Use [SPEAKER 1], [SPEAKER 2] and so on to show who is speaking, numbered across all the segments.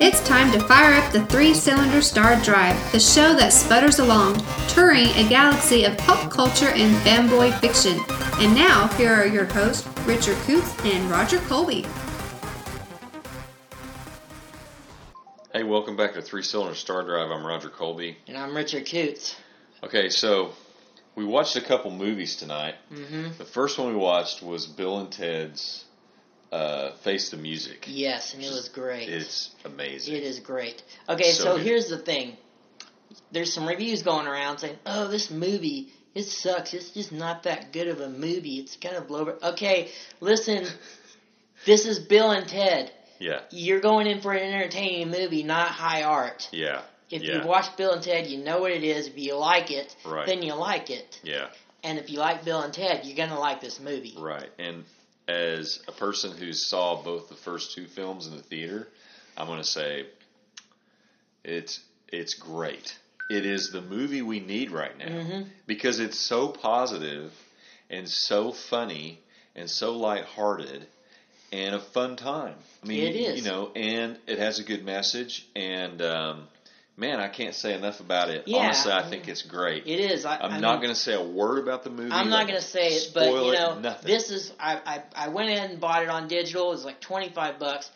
[SPEAKER 1] It's time to fire up the three cylinder star drive, the show that sputters along, touring a galaxy of pop culture and fanboy fiction. And now, here are your hosts, Richard Coots and Roger Colby.
[SPEAKER 2] Hey, welcome back to Three Cylinder Star Drive. I'm Roger Colby.
[SPEAKER 3] And I'm Richard Coots.
[SPEAKER 2] Okay, so we watched a couple movies tonight.
[SPEAKER 3] hmm
[SPEAKER 2] The first one we watched was Bill and Ted's uh, Face the Music.
[SPEAKER 3] Yes, and it was great.
[SPEAKER 2] It's amazing.
[SPEAKER 3] It is great. Okay,
[SPEAKER 2] So
[SPEAKER 3] so,
[SPEAKER 2] good.
[SPEAKER 3] here's the thing. There's some reviews going around saying, "Oh, this movie, it sucks. It's just not that good of a movie. It's kind of blow." Okay, listen. this is Bill and Ted.
[SPEAKER 2] Yeah,
[SPEAKER 3] You're going in for an entertaining movie, not high art.
[SPEAKER 2] yeah,
[SPEAKER 3] If
[SPEAKER 2] Yeah.
[SPEAKER 3] you watch Bill and Ted, you know what it is. If you like it,
[SPEAKER 2] Right.
[SPEAKER 3] then you like it.
[SPEAKER 2] yeah,
[SPEAKER 3] And if you like Bill and Ted, you're gonna like this movie.
[SPEAKER 2] right. And as a person who saw both the first two films in the theater, I'm going to say it's it's great. It is the movie we need right now.
[SPEAKER 3] hmm
[SPEAKER 2] because it's so positive and so funny and so lighthearted and a fun time. I mean,
[SPEAKER 3] It is.
[SPEAKER 2] you know, and it has a good message. And um, man, I can't say enough about it.
[SPEAKER 3] Yeah,
[SPEAKER 2] Honestly, I
[SPEAKER 3] I
[SPEAKER 2] think
[SPEAKER 3] mean,
[SPEAKER 2] it's great.
[SPEAKER 3] It is. I,
[SPEAKER 2] I'm
[SPEAKER 3] I
[SPEAKER 2] not
[SPEAKER 3] mean-
[SPEAKER 2] going to say a word about the movie.
[SPEAKER 3] I'm not
[SPEAKER 2] like,
[SPEAKER 3] gonna say it, but
[SPEAKER 2] spoil
[SPEAKER 3] you
[SPEAKER 2] it,
[SPEAKER 3] know,
[SPEAKER 2] nothing.
[SPEAKER 3] this is I, I I went in and bought it on digital. It was like twenty five bucks.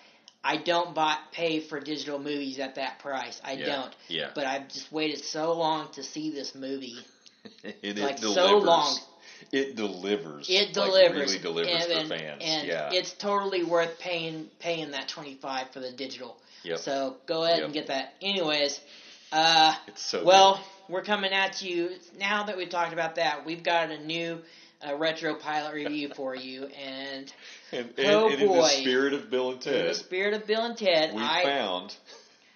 [SPEAKER 3] I don't buy pay for digital movies at that price. I
[SPEAKER 2] Yeah.
[SPEAKER 3] don't.
[SPEAKER 2] yeah,
[SPEAKER 3] But I've just waited so long to see this movie.
[SPEAKER 2] it, it
[SPEAKER 3] like, so
[SPEAKER 2] delivers.
[SPEAKER 3] long.
[SPEAKER 2] It delivers.
[SPEAKER 3] It
[SPEAKER 2] Like,
[SPEAKER 3] delivers.
[SPEAKER 2] really delivers
[SPEAKER 3] and, and-
[SPEAKER 2] for fans.
[SPEAKER 3] and
[SPEAKER 2] yeah.
[SPEAKER 3] it's totally worth paying paying that twenty five for the digital.
[SPEAKER 2] Yep.
[SPEAKER 3] So go ahead
[SPEAKER 2] Yep.
[SPEAKER 3] and get that. Anyways, uh,
[SPEAKER 2] it's so
[SPEAKER 3] Well, we're coming at you now that we've talked about that. We've got a new uh, retro pilot review for you, and
[SPEAKER 2] good. And,
[SPEAKER 3] oh
[SPEAKER 2] and- and in the
[SPEAKER 3] boy.
[SPEAKER 2] spirit of Bill and
[SPEAKER 3] in the
[SPEAKER 2] Ted,
[SPEAKER 3] spirit of Bill and Ted,
[SPEAKER 2] we
[SPEAKER 3] I
[SPEAKER 2] found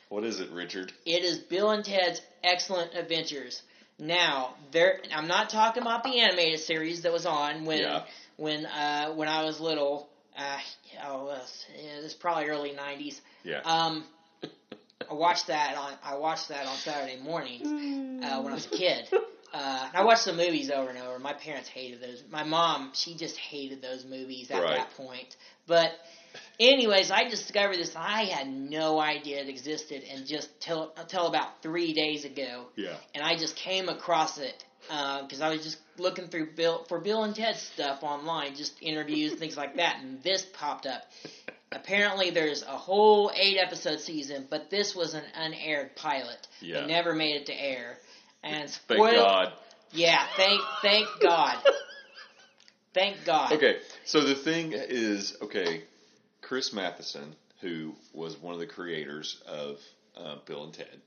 [SPEAKER 2] what is it, Richard?
[SPEAKER 3] it is Bill and Ted's Excellent Adventures. Now, there, I'm not talking about the animated series that was on when
[SPEAKER 2] Yeah.
[SPEAKER 3] when uh, when I was little. Uh, oh, uh, it was probably early '90s.
[SPEAKER 2] Yeah.
[SPEAKER 3] Um, I watched that on I watched that on Saturday mornings uh, when I was a kid. Uh, and I watched the movies over and over. My parents hated those. My mom, she just hated those movies at
[SPEAKER 2] Right.
[SPEAKER 3] that point. But, anyways, I discovered this. I had no idea it existed, and just till until about three days ago,
[SPEAKER 2] yeah.
[SPEAKER 3] and I just came across it because I was just looking through Bill for Bill and Ted stuff online, just interviews, things like that, and this popped up. Apparently, there's a whole eight episode season, but this was an unaired pilot.
[SPEAKER 2] Yeah.
[SPEAKER 3] It never made it to air. And
[SPEAKER 2] Thank
[SPEAKER 3] spoil-
[SPEAKER 2] God.
[SPEAKER 3] Yeah, thank thank God. thank God.
[SPEAKER 2] Okay, so the thing is, okay, Chris Matheson, who was one of the creators of uh, Bill and Ted,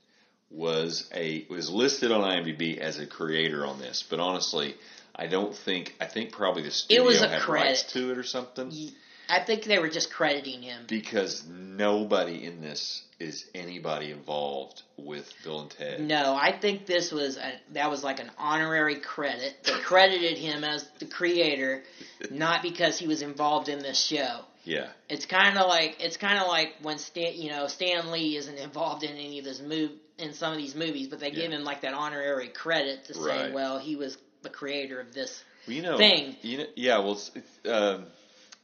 [SPEAKER 2] was a was listed on IMDb as a creator on this, but honestly, I don't think I think probably the studio
[SPEAKER 3] was a
[SPEAKER 2] had
[SPEAKER 3] credit.
[SPEAKER 2] rights to it or something
[SPEAKER 3] Y- I think they were just crediting him.
[SPEAKER 2] because nobody in this is anybody involved with Bill and Ted.
[SPEAKER 3] No, I think this was a, that was like an honorary credit. They credited him as the creator, not because he was involved in this show.
[SPEAKER 2] Yeah,
[SPEAKER 3] It's kind of like it's kind of like when Stan, you know, Stan Lee isn't involved in any of this move in some of these movies, but they give
[SPEAKER 2] Yeah.
[SPEAKER 3] him like that honorary credit to say,
[SPEAKER 2] Right.
[SPEAKER 3] well, he was the creator of this.
[SPEAKER 2] Well, you know,
[SPEAKER 3] thing.
[SPEAKER 2] You know, yeah, well, it's, it's, um,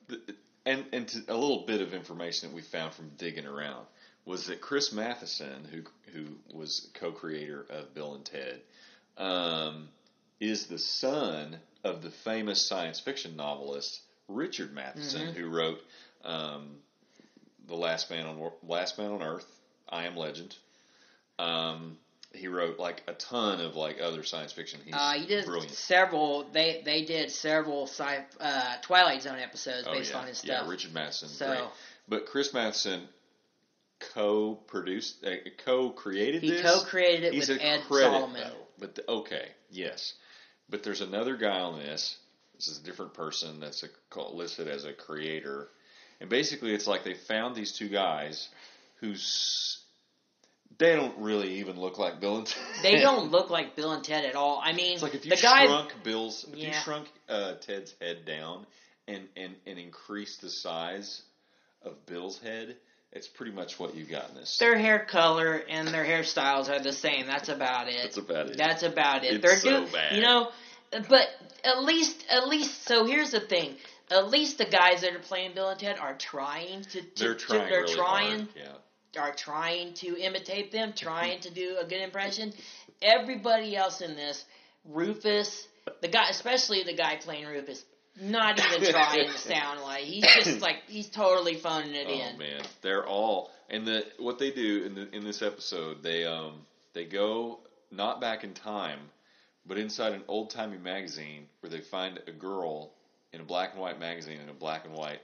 [SPEAKER 2] th- and and to, a little bit of information that we found from digging around was that Chris Matheson, who who was co-creator of Bill and Ted, um, is the son of the famous science fiction novelist Richard Matheson,
[SPEAKER 3] Mm-hmm.
[SPEAKER 2] who wrote um, the Last Man on Wor- Last Man on Earth, I Am Legend. Um, he wrote like a ton of like other science fiction. He's
[SPEAKER 3] Uh, he did
[SPEAKER 2] brilliant.
[SPEAKER 3] several. They they did several sci- uh, Twilight Zone episodes based
[SPEAKER 2] Oh, yeah.
[SPEAKER 3] on his stuff.
[SPEAKER 2] Yeah, Richard Matheson.
[SPEAKER 3] So-
[SPEAKER 2] Great. But Chris Matheson co-produced, uh, co-created
[SPEAKER 3] he
[SPEAKER 2] this.
[SPEAKER 3] co-created it
[SPEAKER 2] He's
[SPEAKER 3] with
[SPEAKER 2] a
[SPEAKER 3] Ed
[SPEAKER 2] credit,
[SPEAKER 3] Solomon.
[SPEAKER 2] though. But the, okay, yes. But there's another guy on this. This is a different person that's a, called, listed as a creator. And basically, it's like they found these two guys who's they don't really even look like Bill and Ted.
[SPEAKER 3] They don't look like Bill and Ted at all. I mean,
[SPEAKER 2] It's like if you
[SPEAKER 3] the guy.
[SPEAKER 2] shrunk Bill's, if you
[SPEAKER 3] Yeah.
[SPEAKER 2] shrunk uh, Ted's head down and, and, and increased the size of Bill's head, it's pretty much what you got in this.
[SPEAKER 3] Their hair color and their hairstyles are the same. That's about it.
[SPEAKER 2] That's about it.
[SPEAKER 3] That's about it.
[SPEAKER 2] It's
[SPEAKER 3] They're
[SPEAKER 2] so
[SPEAKER 3] do-
[SPEAKER 2] bad.
[SPEAKER 3] You know, but at least, at least. So here's the thing. at least the guys that are playing Bill and Ted are trying to, to
[SPEAKER 2] They're
[SPEAKER 3] to-
[SPEAKER 2] trying
[SPEAKER 3] they're
[SPEAKER 2] really
[SPEAKER 3] trying
[SPEAKER 2] hard. Yeah.
[SPEAKER 3] are trying to imitate them, trying to do a good impression. Everybody else in this, Rufus, the guy, especially the guy playing Rufus, not even trying to sound like he's just like he's totally phoning it
[SPEAKER 2] Oh
[SPEAKER 3] in.
[SPEAKER 2] man, they're all and the what they do in the in this episode, they um they go not back in time, but inside an old timey magazine where they find a girl in a black and white magazine in a black and white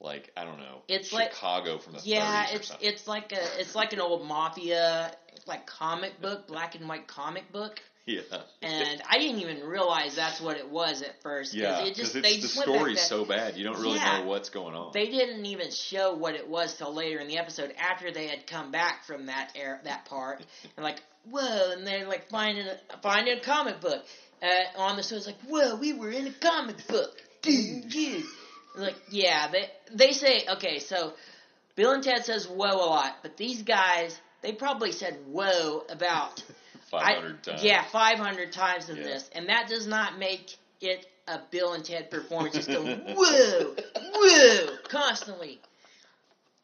[SPEAKER 2] like I don't know
[SPEAKER 3] It's like-
[SPEAKER 2] Chicago from the 30s
[SPEAKER 3] Yeah,
[SPEAKER 2] or
[SPEAKER 3] it's
[SPEAKER 2] something.
[SPEAKER 3] it's like a it's like an old mafia like comic book, black and white comic book.
[SPEAKER 2] yeah
[SPEAKER 3] And I didn't even realize that's what it was at first. 'cause
[SPEAKER 2] yeah
[SPEAKER 3] it just
[SPEAKER 2] it's
[SPEAKER 3] they
[SPEAKER 2] the
[SPEAKER 3] just went back
[SPEAKER 2] story's
[SPEAKER 3] that-
[SPEAKER 2] so bad you don't really
[SPEAKER 3] Yeah.
[SPEAKER 2] know what's going on.
[SPEAKER 3] They didn't even show what it was till later in the episode after they had come back from that air that part and like whoa and they're like finding a, finding a comic book uh, on the show it's like whoa we were in a comic book dude dude like yeah they they say okay so Bill and Ted says whoa a lot but these guys they probably said whoa about I-
[SPEAKER 2] Five hundred times.
[SPEAKER 3] Yeah, 500 times in
[SPEAKER 2] Yeah.
[SPEAKER 3] this. And that does not make it a Bill and Ted performance. Just go, whoa, whoa, constantly.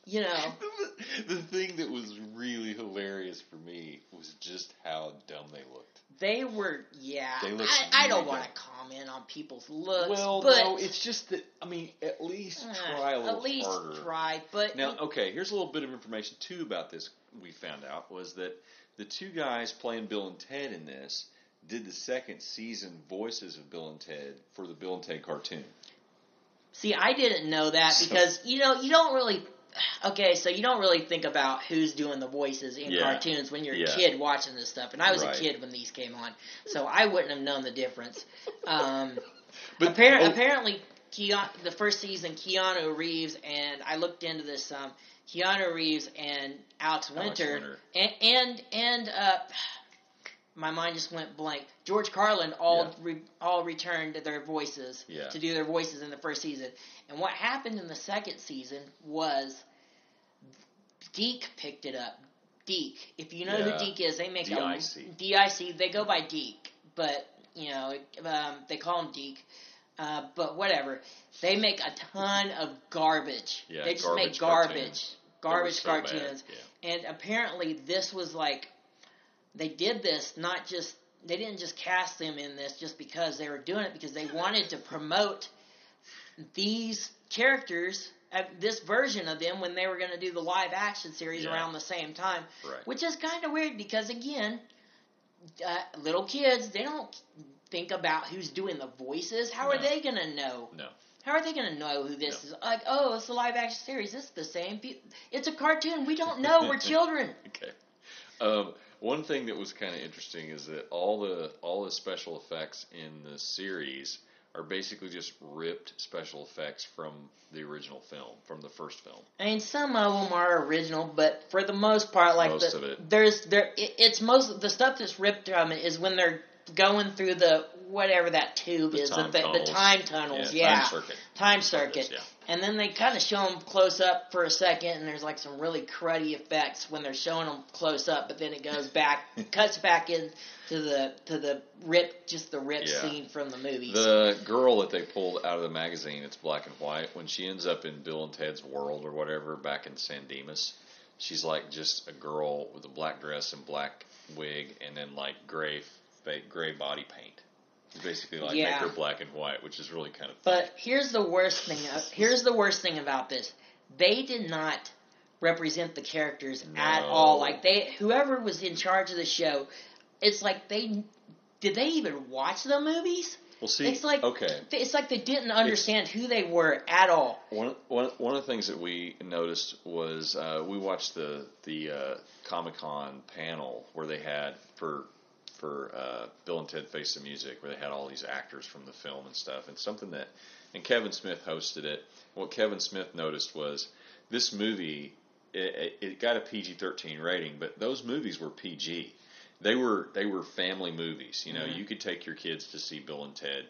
[SPEAKER 3] You know,
[SPEAKER 2] the thing that was really hilarious for me was just how dumb they looked.
[SPEAKER 3] they were, yeah.
[SPEAKER 2] They look
[SPEAKER 3] I, I don't
[SPEAKER 2] really
[SPEAKER 3] want to
[SPEAKER 2] good.
[SPEAKER 3] comment on people's looks.
[SPEAKER 2] Well,
[SPEAKER 3] but,
[SPEAKER 2] no, it's just that I mean, at least
[SPEAKER 3] uh,
[SPEAKER 2] try a little
[SPEAKER 3] At least
[SPEAKER 2] harder.
[SPEAKER 3] try. But
[SPEAKER 2] Now, okay, here's a little bit of information too about this. We found out was that the two guys playing Bill and Ted in this did the second season voices of Bill and Ted for the Bill and Ted cartoon.
[SPEAKER 3] See, I didn't know that
[SPEAKER 2] So-
[SPEAKER 3] because you know you don't really. Okay, so you don't really think about who's doing the voices in
[SPEAKER 2] Yeah.
[SPEAKER 3] cartoons when you're
[SPEAKER 2] Yeah.
[SPEAKER 3] a kid watching this stuff, and I was
[SPEAKER 2] Right.
[SPEAKER 3] a kid when these came on, so I wouldn't have known the difference. Um,
[SPEAKER 2] But
[SPEAKER 3] appar-
[SPEAKER 2] oh,
[SPEAKER 3] apparently, Keanu, the first season, Keanu Reeves and I looked into this some. Keanu Reeves and Alex Winter,
[SPEAKER 2] Winter.
[SPEAKER 3] and and and uh, my mind just went blank. George Carlin all
[SPEAKER 2] Yeah.
[SPEAKER 3] re- all returned their voices
[SPEAKER 2] Yeah.
[SPEAKER 3] to do their voices in the first season. And what happened in the second season was Deke picked it up. Deke, if you know
[SPEAKER 2] Yeah.
[SPEAKER 3] who Deke is, they make
[SPEAKER 2] D.I.C..
[SPEAKER 3] a DIC. They go by Deke, but you know um, they call him Deke. Uh, but whatever, they make a ton of garbage.
[SPEAKER 2] Yeah,
[SPEAKER 3] they just
[SPEAKER 2] garbage
[SPEAKER 3] make garbage,
[SPEAKER 2] cartoons. they were
[SPEAKER 3] garbage
[SPEAKER 2] so bad,
[SPEAKER 3] cartoons.
[SPEAKER 2] yeah.
[SPEAKER 3] And apparently, this was like they did this not just they didn't just cast them in this just because they were doing it because they wanted to promote these characters, uh, this version of them when they were going to do the live action series
[SPEAKER 2] Yeah.
[SPEAKER 3] around the same time,
[SPEAKER 2] Right.
[SPEAKER 3] which is kind of weird because again, uh, little kids they don't think about who's doing the voices. How are
[SPEAKER 2] No.
[SPEAKER 3] they going to know?
[SPEAKER 2] No.
[SPEAKER 3] How are they going to know who this is? Like, oh, it's a live action series. It's the same. Pe- it's a cartoon. We don't know. We're children.
[SPEAKER 2] Okay. Um, one thing that was kind of interesting is that all the all the special effects in the series are basically just ripped special effects from the original film, from the first film.
[SPEAKER 3] I mean, some of them are original, but for the most part, like
[SPEAKER 2] Most
[SPEAKER 3] the,
[SPEAKER 2] of it.
[SPEAKER 3] there's there, it, it's most the stuff that's ripped from it is when they're going through the whatever that tube
[SPEAKER 2] The
[SPEAKER 3] is, the,
[SPEAKER 2] time
[SPEAKER 3] the, the
[SPEAKER 2] tunnels.
[SPEAKER 3] time tunnels,
[SPEAKER 2] Yeah,
[SPEAKER 3] yeah,
[SPEAKER 2] time circuit.
[SPEAKER 3] Time circuit.
[SPEAKER 2] Yeah.
[SPEAKER 3] And then they kind of show them close up for a second, and there's like some really cruddy effects when they're showing them close up, but then it goes back, cuts back in to the to the rip, just the rip
[SPEAKER 2] Yeah.
[SPEAKER 3] scene from the movies.
[SPEAKER 2] The girl that they pulled out of the magazine, it's black and white. When she ends up in Bill and Ted's World or whatever back in San Dimas, she's like just a girl with a black dress and black wig, and then like gray, fake gray body paint. Basically, like
[SPEAKER 3] Yeah.
[SPEAKER 2] make her black and white, which is really kind of funny.
[SPEAKER 3] But here's the worst thing. uh, Here's the worst thing about this. They did not represent the characters at
[SPEAKER 2] No.
[SPEAKER 3] all. Like they, whoever was in charge of the show, it's like they did they even watch the movies?
[SPEAKER 2] Well, see,
[SPEAKER 3] it's like
[SPEAKER 2] okay.
[SPEAKER 3] It's like they didn't understand who they were at all.
[SPEAKER 2] One, one, one of the things that we noticed was uh, we watched the the uh, Comic Con panel where they had for for uh, Bill and Ted Face the Music, where they had all these actors from the film and stuff, and something that and Kevin Smith hosted it. What Kevin Smith noticed was this movie it, it it got a PG thirteen rating, but those movies were PG. They were they were family movies. You know, you could take your kids to see Bill and Ted.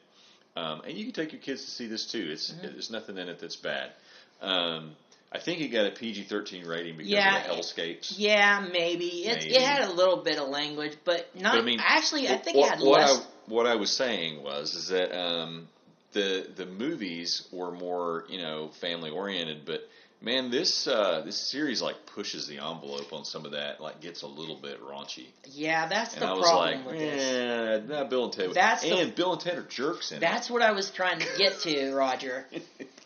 [SPEAKER 2] Um, and you can take your kids to see this too. It's
[SPEAKER 3] Mm-hmm.
[SPEAKER 2] there's nothing in it that's bad. Um, I think it got a PG-13 rating because
[SPEAKER 3] Yeah.
[SPEAKER 2] of the hellscapes.
[SPEAKER 3] Yeah, maybe it
[SPEAKER 2] Maybe.
[SPEAKER 3] it had a little bit of language, but not
[SPEAKER 2] But I mean,
[SPEAKER 3] actually. I
[SPEAKER 2] Wh-
[SPEAKER 3] think
[SPEAKER 2] what,
[SPEAKER 3] it had
[SPEAKER 2] what
[SPEAKER 3] less.
[SPEAKER 2] I, what I was saying was is that um, the the movies were more you know family oriented, but man, this uh, this series like pushes the envelope on some of that. Like gets a little bit raunchy,
[SPEAKER 3] Yeah, that's
[SPEAKER 2] and
[SPEAKER 3] the
[SPEAKER 2] I was
[SPEAKER 3] problem
[SPEAKER 2] like, "Eh,
[SPEAKER 3] with this.
[SPEAKER 2] yeah, that Bill and Ted. was-
[SPEAKER 3] That's the-
[SPEAKER 2] and Bill and Ted are jerks in
[SPEAKER 3] That's what I was trying to get to, Roger.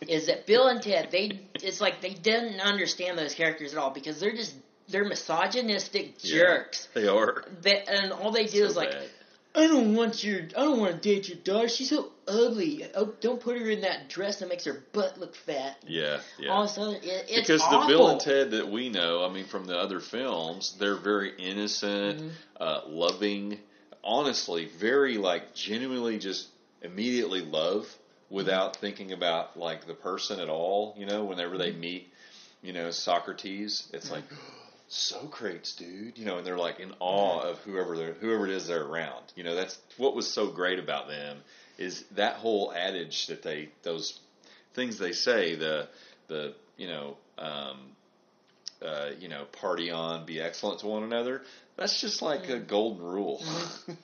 [SPEAKER 3] Is that Bill and Ted? They it's like they didn't understand those characters at all because they're just they're misogynistic
[SPEAKER 2] Yeah.
[SPEAKER 3] jerks.
[SPEAKER 2] it. They are.
[SPEAKER 3] That and all they do
[SPEAKER 2] So
[SPEAKER 3] is like
[SPEAKER 2] bad.
[SPEAKER 3] I don't want your. I don't want to date your daughter. She's so ugly. Oh, don't put her in that dress that makes her butt look fat.
[SPEAKER 2] yeah, yeah.
[SPEAKER 3] All of a sudden, it, it's
[SPEAKER 2] because
[SPEAKER 3] awful.
[SPEAKER 2] the Bill and Ted that we know, I mean, from the other films, they're very innocent,
[SPEAKER 3] Mm-hmm.
[SPEAKER 2] uh, loving, honestly, very like genuinely just immediately love without
[SPEAKER 3] Mm-hmm.
[SPEAKER 2] thinking about like the person at all. You know, whenever they meet, you know, Socrates, it's like
[SPEAKER 3] Mm-hmm.
[SPEAKER 2] Socrates, dude. You know, and they're like in awe of whoever they're whoever it is they're around. You know, that's what was so great about them is that whole adage that they those things they say the the you know um, uh, you know party on be excellent to one another that's just like a
[SPEAKER 3] Mm-hmm.
[SPEAKER 2] golden rule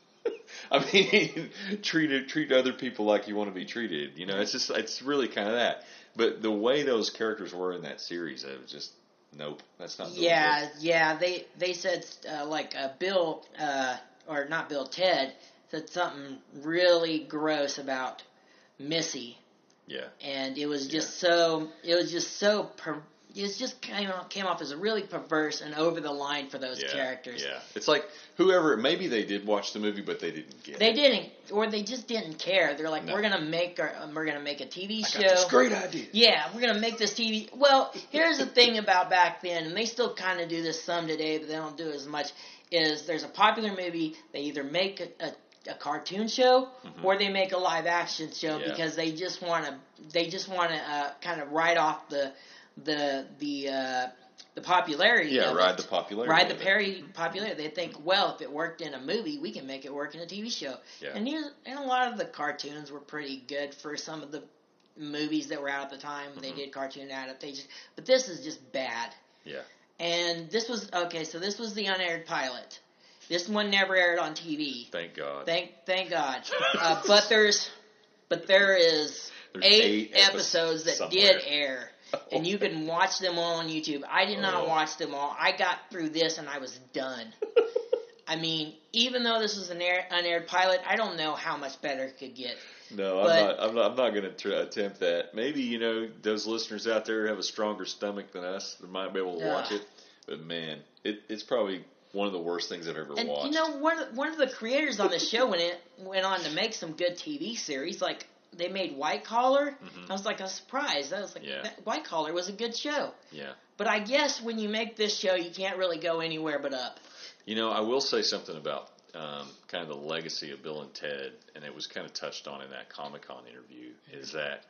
[SPEAKER 2] i mean treat treat other people like you want to be treated you know it's just it's really kind of that but the way those characters were in that series it was just nope that's not doing
[SPEAKER 3] Yeah, yeah. They they said uh, like uh, Bill uh, or not Bill Ted said something really gross about Missy,
[SPEAKER 2] good. yeah
[SPEAKER 3] and it was just so it was just so per, it was just came off, came off as really perverse and over the line for those
[SPEAKER 2] yeah,
[SPEAKER 3] characters.
[SPEAKER 2] yeah it's like whoever maybe they did watch the movie but they didn't get
[SPEAKER 3] They
[SPEAKER 2] it
[SPEAKER 3] didn't, or they just didn't care. They're like,
[SPEAKER 2] No.
[SPEAKER 3] we're gonna make our, um, we're gonna make a TV
[SPEAKER 2] I
[SPEAKER 3] show.
[SPEAKER 2] got this great idea
[SPEAKER 3] Yeah, we're gonna make this TV. Well, here's the thing about back then, and they still kind of do this some today, but they don't do it as much. Is there's a popular movie, they either make a, a, a cartoon show or they make a live action show
[SPEAKER 2] Mm-hmm. Yeah.
[SPEAKER 3] because they just want to they just want to uh, kind of write off the the the uh, the popularity.
[SPEAKER 2] yeah
[SPEAKER 3] of
[SPEAKER 2] ride
[SPEAKER 3] it.
[SPEAKER 2] the popularity
[SPEAKER 3] Ride the
[SPEAKER 2] of it.
[SPEAKER 3] parody popularity. They think, well, if it worked in a movie, we can make it work in a TV show.
[SPEAKER 2] Yeah.
[SPEAKER 3] And here's, and a lot of the cartoons were pretty good for some of the movies that were out at the time. They did cartoon adaptations, but this is just bad.
[SPEAKER 2] yeah
[SPEAKER 3] And this was okay. So this was the unaired pilot. This one never aired on TV.
[SPEAKER 2] thank god
[SPEAKER 3] Thank thank God. uh, but there's but there is
[SPEAKER 2] There's
[SPEAKER 3] eight,
[SPEAKER 2] eight epi-
[SPEAKER 3] episodes that
[SPEAKER 2] somewhere.
[SPEAKER 3] did air. And you can watch them all on YouTube. I did not
[SPEAKER 2] Oh.
[SPEAKER 3] watch them all. I got through this and I was done. I mean, even though this was an air, unaired pilot, I don't know how much better it could get.
[SPEAKER 2] No, I'm
[SPEAKER 3] But-
[SPEAKER 2] not. I'm not. I'm not going to tr- attempt that. Maybe you know those listeners out there have a stronger stomach than us. They might be able to watch
[SPEAKER 3] Ugh.
[SPEAKER 2] it. But man, it, it's probably one of the worst things I've ever
[SPEAKER 3] And
[SPEAKER 2] watched.
[SPEAKER 3] you know, one of, one of the creators on the show went it went on to make some good TV series. Like they made White Collar. I was like, I was surprised. I was like,
[SPEAKER 2] Mm-hmm. Yeah.
[SPEAKER 3] that White Collar was a good show.
[SPEAKER 2] yeah.
[SPEAKER 3] But I guess when you make this show, you can't really go anywhere but up.
[SPEAKER 2] You know, I will say something about um, kind of the legacy of Bill and Ted, and it was kind of touched on in that Comic Con interview,
[SPEAKER 3] Mm-hmm.
[SPEAKER 2] is that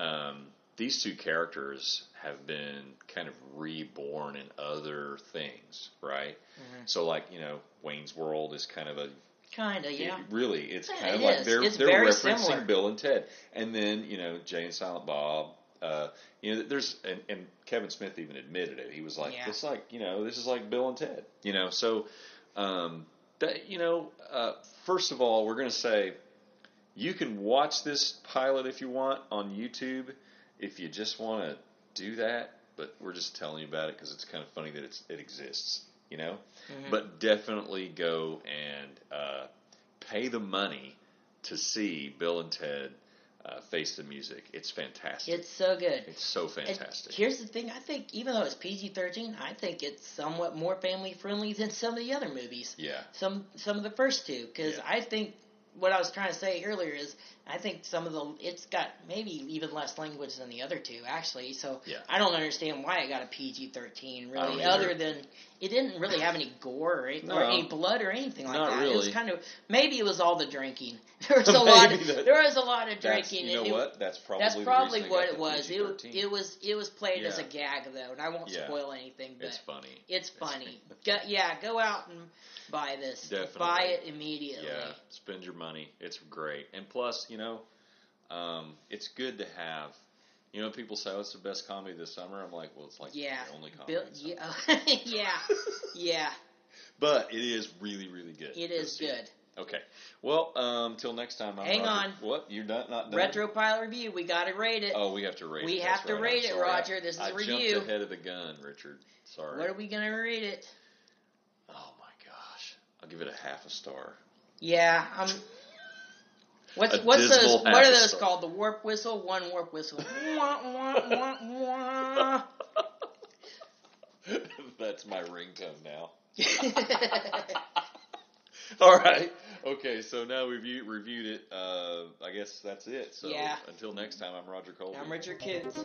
[SPEAKER 2] um, these two characters have been kind of reborn in other things, right?
[SPEAKER 3] Mm-hmm.
[SPEAKER 2] So, like, you know, Wayne's World is kind of a
[SPEAKER 3] Kinda, yeah.
[SPEAKER 2] It- really, it's
[SPEAKER 3] Yeah,
[SPEAKER 2] kind of
[SPEAKER 3] it
[SPEAKER 2] like
[SPEAKER 3] is.
[SPEAKER 2] they're
[SPEAKER 3] It's
[SPEAKER 2] they're
[SPEAKER 3] very
[SPEAKER 2] referencing
[SPEAKER 3] similar.
[SPEAKER 2] Bill and Ted, and then you know Jay and Silent Bob. Uh, you know, there's and, and Kevin Smith even admitted it. He was like,
[SPEAKER 3] Yeah.
[SPEAKER 2] "It's like you know, this is like Bill and Ted." You know, so um, that you know, uh, first of all, we're gonna say you can watch this pilot if you want on YouTube if you just want to do that. But we're just telling you about it because it's kind of funny that it's it exists. You know,
[SPEAKER 3] Mm-hmm.
[SPEAKER 2] but definitely go and uh, pay the money to see Bill and Ted uh, face the music. It's fantastic.
[SPEAKER 3] It's so good.
[SPEAKER 2] It's so
[SPEAKER 3] And
[SPEAKER 2] fantastic.
[SPEAKER 3] here's the thing: I think even though it's PG thirteen, I think it's somewhat more family friendly than some of the other movies.
[SPEAKER 2] yeah,
[SPEAKER 3] Some some of the first two, because
[SPEAKER 2] Yeah.
[SPEAKER 3] I think what I was trying to say earlier is I think some of the it's got maybe even less language than the other two actually. So
[SPEAKER 2] Yeah.
[SPEAKER 3] I don't understand why it got a PG thirteen
[SPEAKER 2] I don't
[SPEAKER 3] really,
[SPEAKER 2] either.
[SPEAKER 3] other than it didn't really have any gore or, any-
[SPEAKER 2] No.
[SPEAKER 3] or any blood or anything like
[SPEAKER 2] Not
[SPEAKER 3] that. It was
[SPEAKER 2] really.
[SPEAKER 3] kind of maybe it was all the drinking. There was a lot. Of,
[SPEAKER 2] Maybe that-
[SPEAKER 3] there was a lot of
[SPEAKER 2] that's,
[SPEAKER 3] drinking.
[SPEAKER 2] you know
[SPEAKER 3] and it-
[SPEAKER 2] what? That's probably
[SPEAKER 3] that's
[SPEAKER 2] the
[SPEAKER 3] probably
[SPEAKER 2] reason they
[SPEAKER 3] what
[SPEAKER 2] got
[SPEAKER 3] it
[SPEAKER 2] the
[SPEAKER 3] was. It, wa-
[SPEAKER 2] PG-13.
[SPEAKER 3] it was it was played as a
[SPEAKER 2] Yeah.
[SPEAKER 3] gag though, and I won't
[SPEAKER 2] Yeah.
[SPEAKER 3] spoil anything. But
[SPEAKER 2] it's
[SPEAKER 3] it's,
[SPEAKER 2] funny.
[SPEAKER 3] funny. go, yeah, go out and buy this.
[SPEAKER 2] Definitely.
[SPEAKER 3] Buy it immediately.
[SPEAKER 2] Yeah, spend your money. It's great. And plus, you know, um, it's good to have. You know, people say, "Oh, it's the best comedy this summer." I'm like, "Well, it's like
[SPEAKER 3] Yeah.
[SPEAKER 2] the only comedy."
[SPEAKER 3] Bill,
[SPEAKER 2] this
[SPEAKER 3] yeah,
[SPEAKER 2] summer.
[SPEAKER 3] yeah, yeah.
[SPEAKER 2] But it is really, really good.
[SPEAKER 3] It
[SPEAKER 2] Go
[SPEAKER 3] is
[SPEAKER 2] see
[SPEAKER 3] good.
[SPEAKER 2] Okay. Well, um, till next time. I'm
[SPEAKER 3] Hang
[SPEAKER 2] Roger.
[SPEAKER 3] on.
[SPEAKER 2] What? You're not not done?
[SPEAKER 3] Retro Pilot Review, we gotta rate it.
[SPEAKER 2] Oh, we have to rate
[SPEAKER 3] We
[SPEAKER 2] it.
[SPEAKER 3] have
[SPEAKER 2] That's
[SPEAKER 3] to
[SPEAKER 2] right.
[SPEAKER 3] rate
[SPEAKER 2] I'm
[SPEAKER 3] it,
[SPEAKER 2] sorry.
[SPEAKER 3] Roger. This is
[SPEAKER 2] I
[SPEAKER 3] a review.
[SPEAKER 2] jumped ahead of the gun, Richard. Sorry.
[SPEAKER 3] What are we gonna rate it?
[SPEAKER 2] Oh my gosh! I'll give it a half a star.
[SPEAKER 3] Yeah, I'm. What's
[SPEAKER 2] A
[SPEAKER 3] what's
[SPEAKER 2] dismal
[SPEAKER 3] those?
[SPEAKER 2] half
[SPEAKER 3] What
[SPEAKER 2] a
[SPEAKER 3] are those
[SPEAKER 2] star.
[SPEAKER 3] called? The warp whistle, one warp whistle. Wah, wah, wah, wah.
[SPEAKER 2] That's my ringtone now.
[SPEAKER 3] yeah,
[SPEAKER 2] All right. Okay, so now we've u- reviewed it. Uh, I guess that's it. So
[SPEAKER 3] Yeah.
[SPEAKER 2] until next time, I'm Roger Colby.
[SPEAKER 3] I'm Richard Kids.